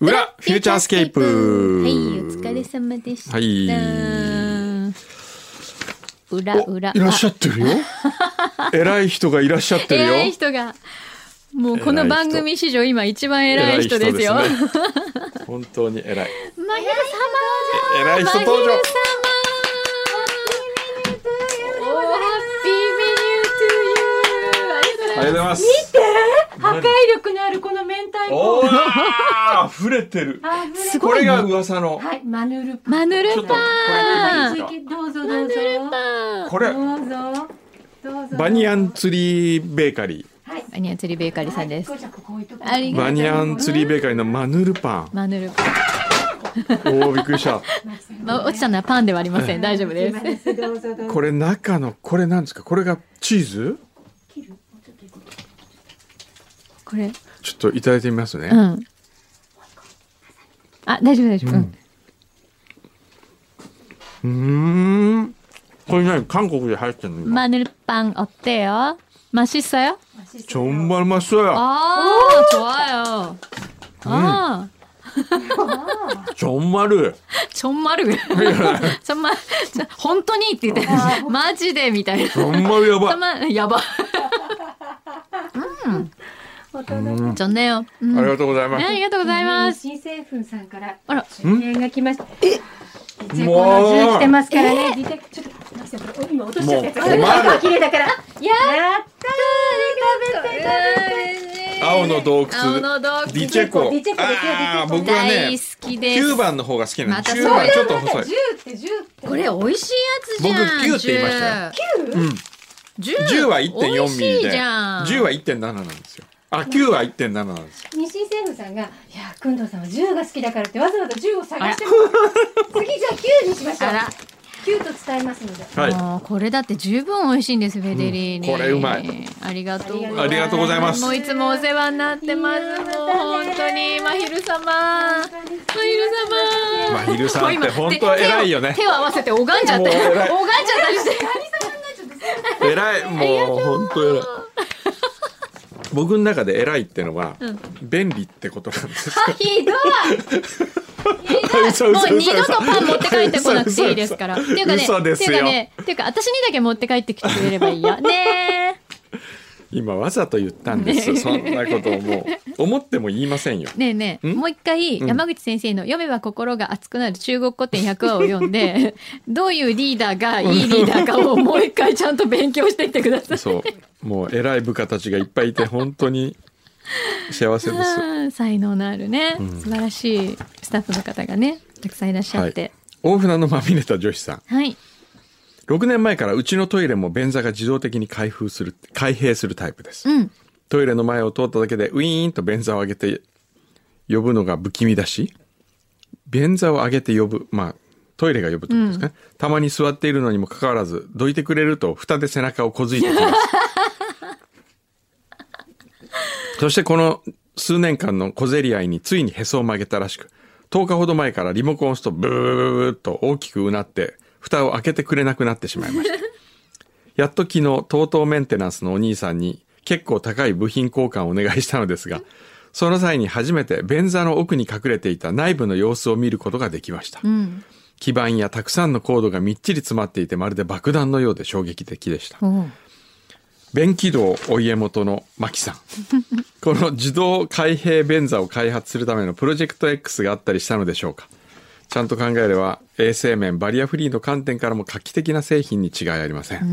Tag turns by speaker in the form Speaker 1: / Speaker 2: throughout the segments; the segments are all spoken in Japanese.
Speaker 1: フューチャースケープ
Speaker 2: はい、お疲れ様でした。
Speaker 1: はい
Speaker 2: 裏
Speaker 1: お
Speaker 2: 裏。
Speaker 1: いらっしゃって るよ偉い人がいらっしゃってるよ
Speaker 2: 偉い人が。もうこの番組史上今一番偉い人ですよ。
Speaker 1: 偉い人 ですね本当に偉い
Speaker 2: マヒル
Speaker 1: 偉い
Speaker 2: 様。
Speaker 1: 人
Speaker 2: マヒル
Speaker 1: 登場
Speaker 2: 様。おハッピーメニ
Speaker 1: あり
Speaker 2: ュートゥーユー。
Speaker 1: がとうございます
Speaker 3: 破壊力のあるこの明太
Speaker 1: お
Speaker 3: 子。
Speaker 1: ーあ溢れてる
Speaker 3: あ、す
Speaker 2: す
Speaker 1: こ
Speaker 2: ごい
Speaker 1: れ
Speaker 2: ね。
Speaker 1: が噂の
Speaker 3: はい、マヌルパン。
Speaker 2: マヌル
Speaker 1: ちょっとこれ
Speaker 2: パン。
Speaker 1: いいです
Speaker 3: どうぞどうぞ。
Speaker 2: マ
Speaker 1: これ
Speaker 3: どうぞ。どうぞ。
Speaker 1: バニアン。ツリーベーカリ
Speaker 3: はい。
Speaker 2: ニア釣りベーカリーさんです
Speaker 3: こ。れじゃここ置いとく
Speaker 2: あり
Speaker 1: ー
Speaker 2: がとう
Speaker 1: バニアンツリーベーカリーのマヌルパン
Speaker 2: マヌルパン。
Speaker 1: おおびっくりした
Speaker 2: まあ、落ちたのはパンではありません。大丈夫です
Speaker 3: 今。です。どうぞどうぞ。
Speaker 1: これ中のこれなんですかこれがチーズ
Speaker 3: 切る。もうちょっと行こう
Speaker 2: これ。
Speaker 1: ちょっといただいてみますね、
Speaker 2: うん。あ、大丈夫、大丈夫。うん
Speaker 1: うーん。これ何韓国で入ってんの今
Speaker 2: マヌルパン、おってよ。マシッサよ。
Speaker 1: 정말맛있어요
Speaker 2: ああ、좋아요。ああ、
Speaker 1: 정말
Speaker 2: ちょん まる。ちょんま、ちょ本当にって言って、マジでみたいな。ち
Speaker 1: 정말야
Speaker 2: ょ
Speaker 1: 봐
Speaker 2: んま、やば。
Speaker 3: 大人。
Speaker 2: ちょんねよ。う
Speaker 1: あり
Speaker 2: ん。
Speaker 1: がとうございま
Speaker 2: ね
Speaker 1: す
Speaker 2: ありがとうございます。
Speaker 3: 新製粉さんから。
Speaker 2: あら、
Speaker 3: 支援が来ました。え。
Speaker 1: う
Speaker 3: この銃来てますからね。ディテクちょっとマキさんこれ今落としちゃったやつ。
Speaker 1: もう困る
Speaker 3: 綺麗だから。やったー。食べたい。
Speaker 1: 青の洞窟
Speaker 2: 青の洞
Speaker 1: ディ
Speaker 2: 窟。
Speaker 1: チェコ
Speaker 3: ディチェコですよ
Speaker 1: ああ
Speaker 3: ディチェコ
Speaker 1: 僕は
Speaker 2: 大
Speaker 1: ね
Speaker 2: 好きです。
Speaker 1: 9番の方が好きな
Speaker 2: ま
Speaker 1: の
Speaker 2: た
Speaker 1: 9番ちょっと細い
Speaker 3: 10って10って。
Speaker 2: これ美味しいやつじゃん。
Speaker 1: 僕9って言いましたよ
Speaker 2: 十。
Speaker 1: 10は1.4ミリ
Speaker 2: 美味しい
Speaker 1: で
Speaker 2: じゃん。
Speaker 1: 10は1.7なんですよあ9は1.7なんですよ
Speaker 3: 西井専務さんが「いやくんどうさんは銃が好きだから」ってわざわざ銃を探しても次じゃあ9にしましょう
Speaker 2: あら
Speaker 3: 9と伝えますので
Speaker 1: はい
Speaker 2: もうこれだって十分美味しいんですフェデリーニ、
Speaker 1: うんこれうまい
Speaker 2: ありがとう
Speaker 1: ありがとうございます
Speaker 2: もういつもお世話になってます
Speaker 3: いやー
Speaker 2: もう
Speaker 3: またね
Speaker 2: 本当にまひる様まひる様
Speaker 1: まひるさんって
Speaker 2: もう今
Speaker 1: 本当偉いよね
Speaker 2: 手を手を合わせて拝んじゃって
Speaker 1: もう
Speaker 2: 拝んじゃ
Speaker 1: 偉い
Speaker 2: ったりして
Speaker 1: 偉いもう本当偉い僕の中で偉いってのは
Speaker 2: うん
Speaker 1: 便利ってことなんです
Speaker 2: ひど
Speaker 1: 嘘
Speaker 2: いもう
Speaker 1: 嘘
Speaker 2: 二
Speaker 1: 嘘
Speaker 2: 度と
Speaker 1: 嘘
Speaker 2: パン持って帰ってこなくていいですからっ
Speaker 1: 嘘嘘
Speaker 2: ていうかね
Speaker 1: 嘘で
Speaker 2: ってい
Speaker 1: す
Speaker 2: うか
Speaker 1: よ
Speaker 2: ねっていうか私にだけ持って帰ってきてくれればいいよねえ
Speaker 1: 今わざと言ったんですそんなことをもう思っても言いませんよ
Speaker 2: ねえねえ
Speaker 1: ん
Speaker 2: もう一回
Speaker 1: ん
Speaker 2: 山口先生の「読めば心が熱くなる中国古典100話」を読ん でどういうリーダーがいいリーダーかをもう一回ちゃんと勉強していってくださ い。
Speaker 1: そうもう偉い部下たちがいっぱいいて本当に幸せです
Speaker 2: あー才能のあるね、素晴らしいスタッフの方がねたくさんいらっしゃって
Speaker 1: 大船のまみれた女子さん
Speaker 2: はい、
Speaker 1: 6年前からうちのトイレも便座が自動的に開封する開閉するタイプです、
Speaker 2: うん
Speaker 1: トイレの前を通っただけでウィーンと便座を上げて呼ぶのが不気味だし便座を上げて呼ぶまあトイレが呼ぶってことですかね、たまに座っているのにもかかわらずどいてくれると蓋で背中をこづいてきますそしてこの数年間の小競り合いについにへそを曲げたらしく10日ほど前からリモコンを押すとブーブーブーブーと大きくうなって蓋を開けてくれなくなってしまいま したやっと昨日、TOTO メンテナンスのお兄さんに結構高い部品交換をお願いしたのですが、その際に初めて便座の奥に隠れていた内部の様子を見ることができました。
Speaker 2: うん
Speaker 1: 基板やたくさんのコードがみっちり詰まっていてまるで爆弾のようで衝撃的でした。
Speaker 2: おう
Speaker 1: 便器道お家元の牧さん。この自動開閉便座を開発するためのプロジェクト X があったりしたのでしょうかちゃんと考えれば衛生面バリアフリーの観点からも画期的な製品に違いありません、う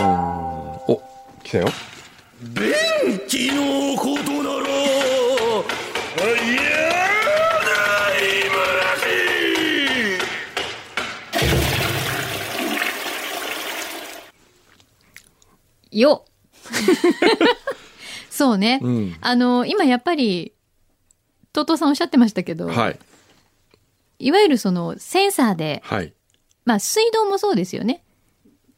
Speaker 1: ーんお来たよ
Speaker 4: 便器のことなら言えないむらしい
Speaker 2: よ そうね、
Speaker 1: ん
Speaker 2: あの今やっぱり TOTO さんおっしゃってましたけど、
Speaker 1: はい
Speaker 2: いわゆるそのセンサーで
Speaker 1: はい
Speaker 2: まあ、水道もそうですよね。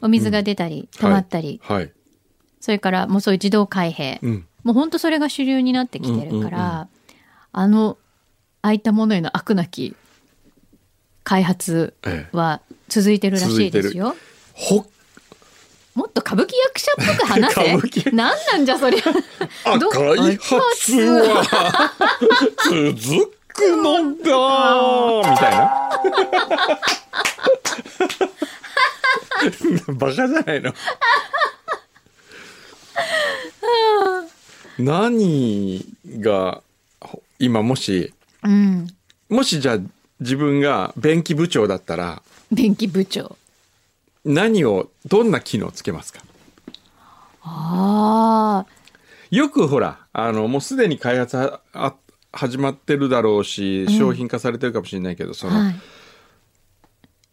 Speaker 2: お水が出たり、溜まったり、
Speaker 1: はい、はい
Speaker 2: それからもうそういう自動開閉。
Speaker 1: うん
Speaker 2: もうほんとそれが主流になってきてるから、
Speaker 1: うんうん
Speaker 2: あの、ああいったものへの悪なき開発
Speaker 1: ええ
Speaker 2: は続いてるらしいですよ。
Speaker 1: ほ
Speaker 2: もっと歌舞伎役者っぽく 話
Speaker 1: 歌舞伎
Speaker 2: せ。なん なんじゃそりゃ。ど
Speaker 1: 開発は続くくのだみたいなバカじゃないの 何がほ今もし
Speaker 2: うん。
Speaker 1: もしじゃあ自分が便器部長だったら
Speaker 2: 便器部長。
Speaker 1: 何をどんな機能つけますか
Speaker 2: ああ。
Speaker 1: よくほらあのもうすでに開発はあ始まってるだろうし商品化されてるかもしれないけど、その、
Speaker 2: はい。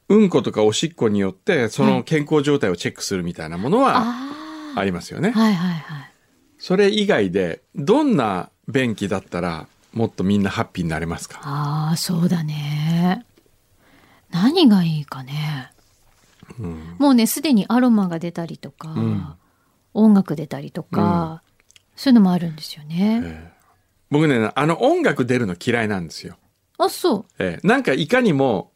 Speaker 1: うんことかおしっこによってその健康状態をチェックするみたいなものは
Speaker 2: あ
Speaker 1: ありますよね。
Speaker 2: あ。はいはいはい。
Speaker 1: それ以外でどんな便器だったらもっとみんなハッピーになれますか
Speaker 2: ああ、そうだね。何がいいかね。
Speaker 1: うん
Speaker 2: もうね、すでにアロマが出たりとか、
Speaker 1: ん
Speaker 2: 音楽出たりとか、そういうのもあるんですよね。
Speaker 1: ええ僕ねあの音楽出るの嫌いなんですよ。
Speaker 2: あ、そう。
Speaker 1: ええなんかいかにも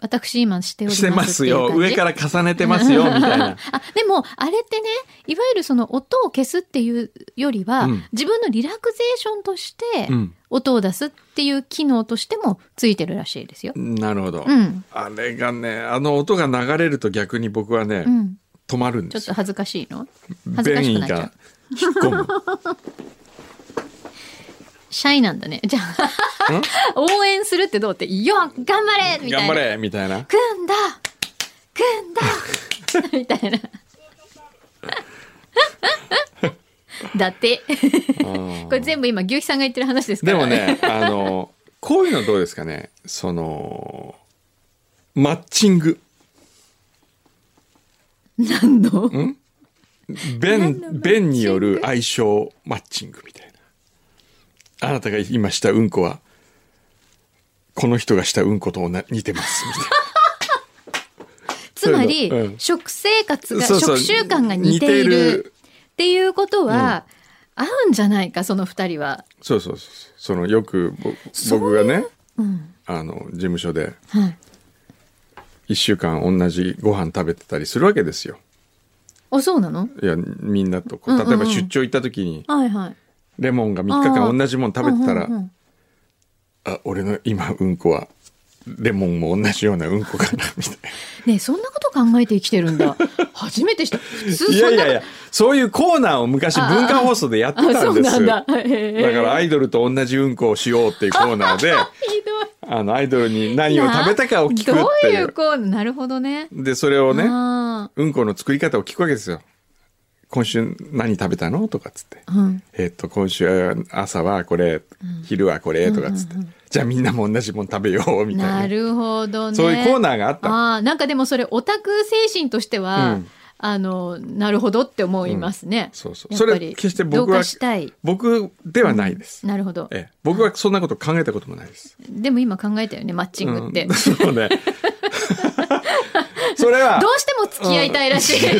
Speaker 2: 私今しております。
Speaker 1: してますよ上からら重ねてます よみたいな。
Speaker 2: あ、でも、あれってね、いわゆるその音を消すっていうよりは、
Speaker 1: うん
Speaker 2: 自分のリラクゼーションとして
Speaker 1: うん、
Speaker 2: 音を出すっていう機能としてもついてるらしいですよ。
Speaker 1: なるほど、
Speaker 2: うん。
Speaker 1: あれがねあの音が流れると逆に僕はね、
Speaker 2: うん。
Speaker 1: 止まるん
Speaker 2: ちょ
Speaker 1: で
Speaker 2: っ
Speaker 1: す
Speaker 2: と
Speaker 1: よ。
Speaker 2: 恥ずかしいの恥ずかし
Speaker 1: 便意
Speaker 2: くなっちゃう
Speaker 1: が。引っ込む。
Speaker 2: シャイなんだね。じゃあ、応援するってどうって、よっ頑張 れみたい
Speaker 1: 頑
Speaker 2: な。
Speaker 1: 張れみたいな。
Speaker 2: 組んだ組ん だみたいな。だって。これ全部今、牛肥さんが言ってる話ですか
Speaker 1: で
Speaker 2: ら
Speaker 1: も。 ね、あの、こういうのどうですかね。その、マッチング。
Speaker 2: 何の何のマッチン
Speaker 1: 便、
Speaker 2: グ
Speaker 1: 便による相性マッチングみたいな。あなたが今したうんこは、この人がしたうんこと同じ似てます。みたい な。
Speaker 2: つまり、
Speaker 1: そういうのうん
Speaker 2: 食生活が、
Speaker 1: そうそう
Speaker 2: 食習慣が似てい
Speaker 1: 似て
Speaker 2: る
Speaker 1: る
Speaker 2: っていうことは、合うんじゃないか、その二人は。
Speaker 1: そうそうそうそう。その、よくぼ
Speaker 2: そう
Speaker 1: 僕がね、
Speaker 2: うん。
Speaker 1: あの、事務所で、
Speaker 2: はい。
Speaker 1: 一週間同じご飯食べてたりするわけですよ。
Speaker 2: あ、そうなの
Speaker 1: いや、みんなとこ
Speaker 2: う
Speaker 1: う、
Speaker 2: んうんうん
Speaker 1: 例えば出張行った時に、
Speaker 2: はいはい。
Speaker 1: レモンが3日間同じもん食べてたら、
Speaker 2: うんうんうん
Speaker 1: あ俺の今うんこはレモンも同じようなうんこかなみたい
Speaker 2: ねえそんなこと考えて生きてる んだ。初めてした。普
Speaker 1: な
Speaker 2: 通
Speaker 1: い
Speaker 2: そ
Speaker 1: や
Speaker 2: ん
Speaker 1: い
Speaker 2: な
Speaker 1: やいやそういうコーナーを昔
Speaker 2: ああ
Speaker 1: 文化放送でやって
Speaker 2: あ、
Speaker 1: た
Speaker 2: そ
Speaker 1: んで
Speaker 2: うな
Speaker 1: す
Speaker 2: ん
Speaker 1: だ
Speaker 2: だ。へえ
Speaker 1: からアイドルと同じうんこをしようっていうコーナーで
Speaker 2: ひどい。
Speaker 1: あのアイドルに何を食べたかを聞くって
Speaker 2: どう
Speaker 1: い
Speaker 2: いううこうなるほどね。
Speaker 1: でそれをね
Speaker 2: あ
Speaker 1: うんこの作り方を聞くわけですよ今週何食べたのとかっつって
Speaker 2: ーうん。
Speaker 1: えっと今週は朝はこれ、昼はこれとかっつって、じゃあみんなも同じもん食べようみたいな
Speaker 2: なるほどね。
Speaker 1: そういうコーナーがあったの
Speaker 2: ああ、なんかでもそれオタク精神としては、
Speaker 1: うん
Speaker 2: あの、なるほどって思いますね。
Speaker 1: そうそう
Speaker 2: やっ
Speaker 1: そ
Speaker 2: ぱり
Speaker 1: れ決して僕
Speaker 2: 同
Speaker 1: は
Speaker 2: 化したい。
Speaker 1: 僕ではないです、
Speaker 2: なるほど。
Speaker 1: ええ、僕はそんなこと考えたこともないです。
Speaker 2: でも今考えたよね、マッチングって。
Speaker 1: うん
Speaker 2: ど う
Speaker 1: そうね。それは、
Speaker 2: しても付き合いたいらし い。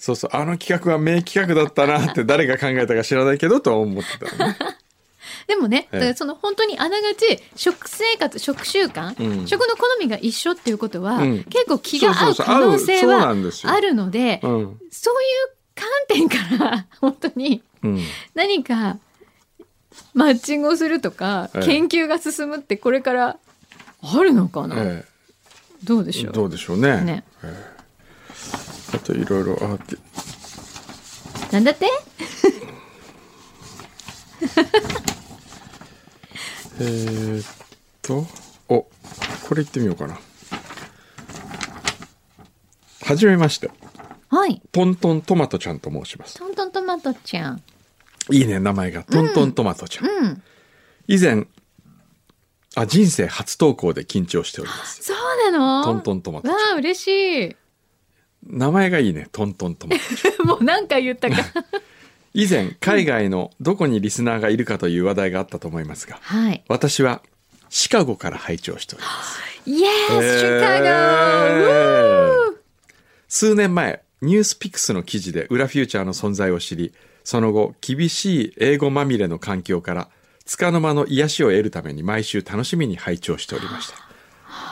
Speaker 1: そうそう、あの企画は名企画だったなって誰が考えたか知らないけどとは思ってたのね。
Speaker 2: でもね、
Speaker 1: ええ
Speaker 2: だからその本当にあながち食生活食習慣、
Speaker 1: うん
Speaker 2: 食の好みが一緒っていうことは、
Speaker 1: うん
Speaker 2: 結構気が合
Speaker 1: そううそうそう
Speaker 2: 可能性
Speaker 1: 合うそう
Speaker 2: は
Speaker 1: なんですよ
Speaker 2: あるので
Speaker 1: う。
Speaker 2: そういうん観点から 本当に
Speaker 1: うん。
Speaker 2: 何かマッチングをするとか、
Speaker 1: ええ
Speaker 2: 研究が進むってこれからあるのかな、
Speaker 1: え
Speaker 2: どうで
Speaker 1: え
Speaker 2: しょう
Speaker 1: どうでしょうね。
Speaker 2: ね
Speaker 1: あといろいろあって。
Speaker 2: なんだって
Speaker 1: えー、っと、お、これ行ってみようかな。はじめまして。
Speaker 2: はい
Speaker 1: トントントマトちゃんと申します。
Speaker 2: トントントマトちゃん
Speaker 1: いいね、名前が。トントントマトちゃん。
Speaker 2: うん
Speaker 1: 以前、あ、人生初投稿で緊張しております。
Speaker 2: そうなの
Speaker 1: トントントマトちゃ
Speaker 2: わ
Speaker 1: ん
Speaker 2: あ嬉しい
Speaker 1: 名前がいいね、トントントマト。
Speaker 2: もう何回言ったか
Speaker 1: 以前、海外のどこにリスナーがいるかという話題があったと思いますが、
Speaker 2: はい
Speaker 1: 私はシカゴから拝聴しております。
Speaker 2: イエースシカゴ
Speaker 1: 数年前、ニュースピックスの記事で裏フューチャーの存在を知り、その後、厳しい英語まみれの環境から、束の間の癒しを得るために毎週楽しみに拝聴しておりまし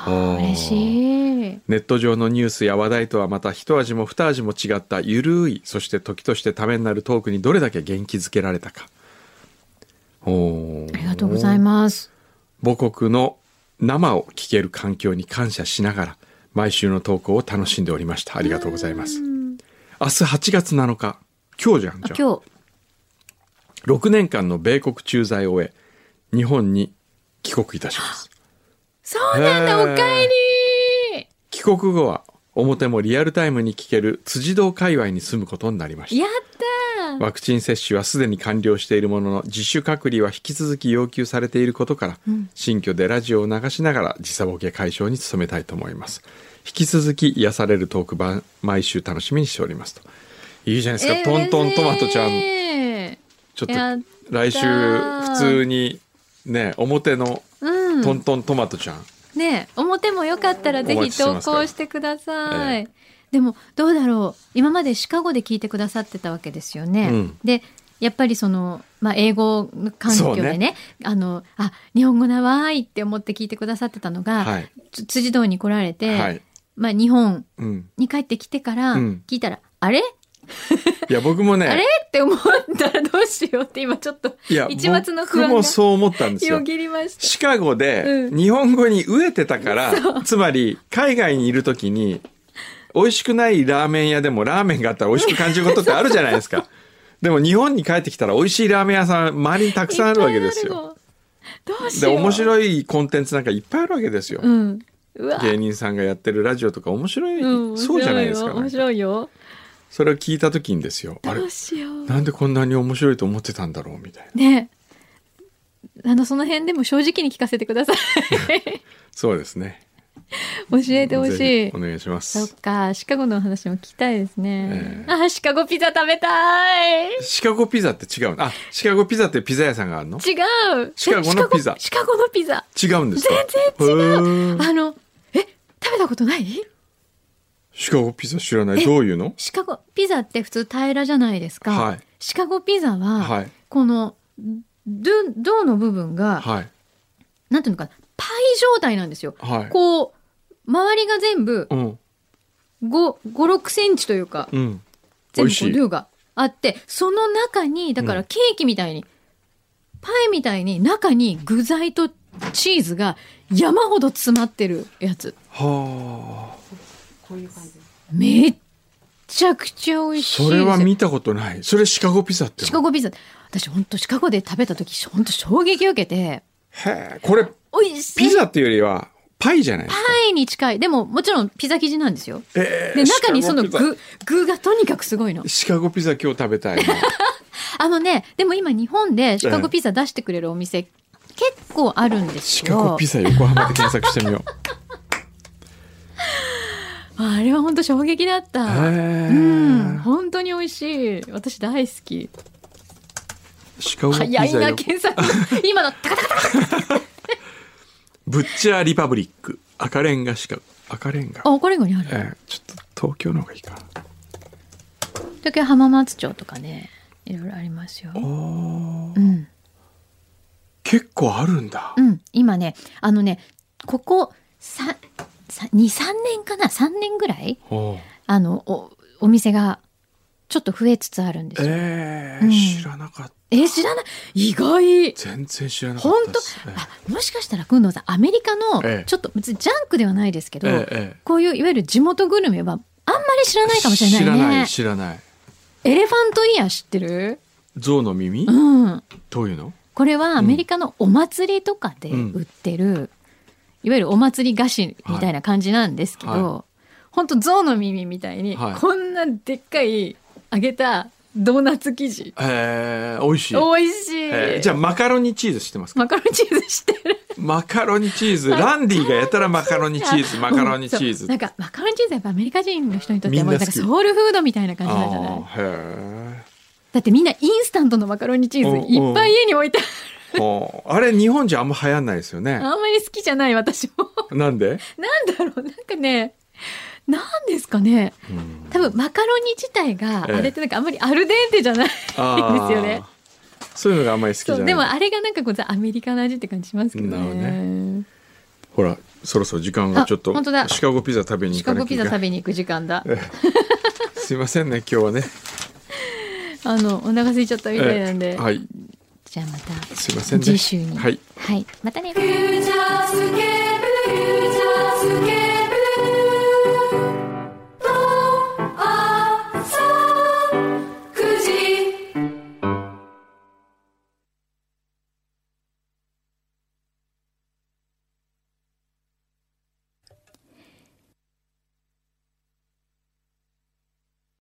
Speaker 1: た。
Speaker 2: 嬉しい。
Speaker 1: ネット上のニュースや話題とはまた一味も二味も違ったゆるいそして時としてためになるトークにどれだけ元気づけられたかおー
Speaker 2: ありががとうございます。
Speaker 1: 母国の生を聞ける環境に感謝しながら毎週の投稿を楽しんでおりましたありがとうございます明日8月7日今日じゃん
Speaker 2: あ
Speaker 1: じゃん
Speaker 2: 今日
Speaker 1: 6年間の米国駐在を終え日本に帰国いたします
Speaker 2: そうなんだ
Speaker 1: へー
Speaker 2: おかえり
Speaker 1: 帰国後は表もリアルタイムに聞ける辻堂界隈に住むことになりました
Speaker 2: やったー
Speaker 1: ワクチン接種はすでに完了しているものの自主隔離は引き続き要求されていることから、新居でラジオを流しながら時差ボケ解消に努めたいと思います引き続き癒されるトーク版毎週楽しみにしておりますといいじゃないですか、
Speaker 2: えー
Speaker 1: トントントマトちゃん
Speaker 2: 嬉しい
Speaker 1: ちょ
Speaker 2: や
Speaker 1: っ
Speaker 2: っ
Speaker 1: と来週普通にね表の
Speaker 2: うん
Speaker 1: トントントマトちゃん、
Speaker 2: ねえ表もよかったらぜ
Speaker 1: お
Speaker 2: ひ
Speaker 1: 待ちして
Speaker 2: 投
Speaker 1: ますから
Speaker 2: 稿してください。
Speaker 1: え
Speaker 2: でもどうだろう今までシカゴで聞いてくださってたわけですよね。
Speaker 1: うん
Speaker 2: でやっぱりその、まあ、英語の環境で
Speaker 1: そう
Speaker 2: ねあのあ日本語だわーいって思って聞いてくださってたのが、
Speaker 1: はい
Speaker 2: つ辻堂に来られて、
Speaker 1: はい、
Speaker 2: まあ、日本
Speaker 1: うん、
Speaker 2: に帰ってきてから
Speaker 1: うん
Speaker 2: 聞いたら、あれ
Speaker 1: いや僕もね
Speaker 2: あれって思ったらどうしようって今ちょっと
Speaker 1: いや
Speaker 2: 一抹の不
Speaker 1: 僕
Speaker 2: 安
Speaker 1: も
Speaker 2: が
Speaker 1: そう思ったんですよ
Speaker 2: よぎりました。
Speaker 1: シカゴで
Speaker 2: うん
Speaker 1: 日本語に飢えてたから、つまり海外にいる時に美味しくないラーメン屋でもラーメンがあったら美味しく感じることってあるじゃないですか。でも日本に帰ってきたら美味しいラーメン屋さん周りにたくさんあるわけです
Speaker 2: いっぱいあ
Speaker 1: よ。
Speaker 2: るの。どうし
Speaker 1: で
Speaker 2: よう。
Speaker 1: 面
Speaker 2: い。
Speaker 1: 白いコンテンツなんかいっぱいあるわけですよ。
Speaker 2: うん。うわ
Speaker 1: 芸人さんがやってるラジオとか面白い、
Speaker 2: うん面白
Speaker 1: そうじゃないですか、
Speaker 2: よ面白いよ。
Speaker 1: それを聞いた時にですよあれ
Speaker 2: どうしよう。
Speaker 1: なんでこんなに面白いと思ってたんだろうみたいな
Speaker 2: ねあの、その辺でも正直に聞かせてください。
Speaker 1: そうですね
Speaker 2: 教えてほし
Speaker 1: ぜ
Speaker 2: い
Speaker 1: ひお。願いしま
Speaker 2: そっ
Speaker 1: す
Speaker 2: か、シカゴのお話も聞きたいですね。
Speaker 1: え
Speaker 2: あ、シカゴピザ食べたい違う
Speaker 1: シカゴピザって違うのあシカゴピザってピザ屋さんがあるのシカゴの
Speaker 2: え
Speaker 1: ピザ
Speaker 2: シカゴシカゴのピザ。
Speaker 1: 違うんですか
Speaker 2: 全然
Speaker 1: 違
Speaker 2: あの、え、食べたことない
Speaker 1: シカゴピザ知らな
Speaker 2: え
Speaker 1: いどういうの
Speaker 2: シカゴ、ピザって普通平らじゃないですか。
Speaker 1: はい
Speaker 2: シカゴピザは、
Speaker 1: はい
Speaker 2: この、ドゥ、ドゥの部分が、
Speaker 1: はい
Speaker 2: なんていうのかな、パイ状態なんですよ。
Speaker 1: はい
Speaker 2: こう、周りが全部
Speaker 1: うん
Speaker 2: 5、5、6センチというか、
Speaker 1: うん美
Speaker 2: 全部
Speaker 1: 味
Speaker 2: こ
Speaker 1: し
Speaker 2: う
Speaker 1: い
Speaker 2: ルーがあって、その中に、だか
Speaker 1: う
Speaker 2: ら
Speaker 1: ん
Speaker 2: ケーキみたいに、パイみたいに中に具材とチーズが山ほど詰まってるやつ。
Speaker 1: はあ
Speaker 2: めっちゃくちゃ美味しいで
Speaker 1: そ
Speaker 2: すよ。
Speaker 1: れは見たことないそれシカゴピザって
Speaker 2: シカゴピザ。私本当シカゴで食べた時、本当衝撃を受けて、
Speaker 1: へえこれ
Speaker 2: 美味しい。
Speaker 1: ピザっていうよりはパイじゃないですか
Speaker 2: パイに近い。でも、もちろんピザ生地なんですよ。
Speaker 1: ええ
Speaker 2: で、中にその
Speaker 1: シカゴピ
Speaker 2: 具、具がとにかくすごいの
Speaker 1: ザ。シカゴピザ今日食べた いな
Speaker 2: あのね、でも今日本でシカゴピザ出してくれるお店、結構あるんです
Speaker 1: シ
Speaker 2: よ。
Speaker 1: カゴピザ横浜で検索してみよう
Speaker 2: あれは本当衝撃だっ
Speaker 1: へ
Speaker 2: た。
Speaker 1: え
Speaker 2: うん、本当に美味しい。私大好き。
Speaker 1: シカゴピ
Speaker 2: 早い
Speaker 1: ザ
Speaker 2: な、
Speaker 1: 横
Speaker 2: 検索。今の、タカタカタカ
Speaker 1: ブッチャーリパブリック赤レンガシカゴ赤レンガ
Speaker 2: あ、これ以外にある。
Speaker 1: ええちょっと東京の方がいいか
Speaker 2: 東京浜松町とかね、いろいろありますよ。うん。
Speaker 1: 結構あるんだ
Speaker 2: うん、今ね、あのね、ここ、さ、さ、2、3年かな ?3 年ぐらい
Speaker 1: おう
Speaker 2: あの、お、お店が、ちょっと増えつつあるんですよ。
Speaker 1: ええ
Speaker 2: うん
Speaker 1: 知らなかった
Speaker 2: えー知らない意外
Speaker 1: 全然知らなかっ
Speaker 2: 本
Speaker 1: た
Speaker 2: 当
Speaker 1: です、
Speaker 2: あもしかしたら工藤さんアメリカ
Speaker 1: え
Speaker 2: の
Speaker 1: え
Speaker 2: ちょっと別にジャンクではないですけど、
Speaker 1: ええええ
Speaker 2: こういういわゆる地元グルメはあんまり知らないかもしれな
Speaker 1: 知
Speaker 2: いね
Speaker 1: らない知らない
Speaker 2: エレファントイヤー知ってる
Speaker 1: 象の耳、
Speaker 2: うん
Speaker 1: どういうの
Speaker 2: これはアメリカのお祭りとかで
Speaker 1: うん
Speaker 2: 売ってる、いわゆるお祭り菓子みたいな感じなんですけど、
Speaker 1: はい
Speaker 2: ほんと象の耳みたいに、
Speaker 1: はい
Speaker 2: こんなでっかい揚げたドーナツ生地
Speaker 1: ええ美味しい、
Speaker 2: 美味しい、
Speaker 1: ええじゃあマカロニチーズ知ってますか
Speaker 2: マカロニチーズ知ってる
Speaker 1: マカロニチーズランディがやたらマカロニチーズマカロニチー
Speaker 2: そう
Speaker 1: ズ
Speaker 2: なんかマカロニチーズはやっぱアメリカ人の人にとってはもう
Speaker 1: みん
Speaker 2: な
Speaker 1: な
Speaker 2: んか
Speaker 1: 好き
Speaker 2: ソウルフードみたいな感じなんじゃない
Speaker 1: ああへ
Speaker 2: だってみんなインスタントのマカロニチーズいっぱい家に置いてある
Speaker 1: えおうあれ日本じゃあんま流行んないですよね
Speaker 2: あんまり好きじゃない私も
Speaker 1: なんで、
Speaker 2: なんだろうなんかねなんですかね
Speaker 1: うん
Speaker 2: 多分マカロニ自体が
Speaker 1: ええ
Speaker 2: あれってなんかあんまりアルデンテじゃない、
Speaker 1: ああ
Speaker 2: ですよね
Speaker 1: そういうのがあんまり好きじゃ
Speaker 2: そう
Speaker 1: ない
Speaker 2: でもあれがなんかこうザアメリカの味って感じしますけど
Speaker 1: なるほど
Speaker 2: ね
Speaker 1: ほらそろそろ時間がちょっと
Speaker 2: あ本当だ
Speaker 1: シカゴピザ食べに
Speaker 2: シ
Speaker 1: 行
Speaker 2: カ
Speaker 1: かな
Speaker 2: ゴ
Speaker 1: きゃ
Speaker 2: ピ
Speaker 1: いけ
Speaker 2: ザ
Speaker 1: ない
Speaker 2: 食べに行く時間だ
Speaker 1: すいませんね今日はね
Speaker 2: あのお腹空いちゃったみたいなんで、
Speaker 1: えはい
Speaker 2: じゃあまた
Speaker 5: すいませんね
Speaker 2: 次週に
Speaker 5: はい
Speaker 2: はい、またね
Speaker 6: ューチャースケープ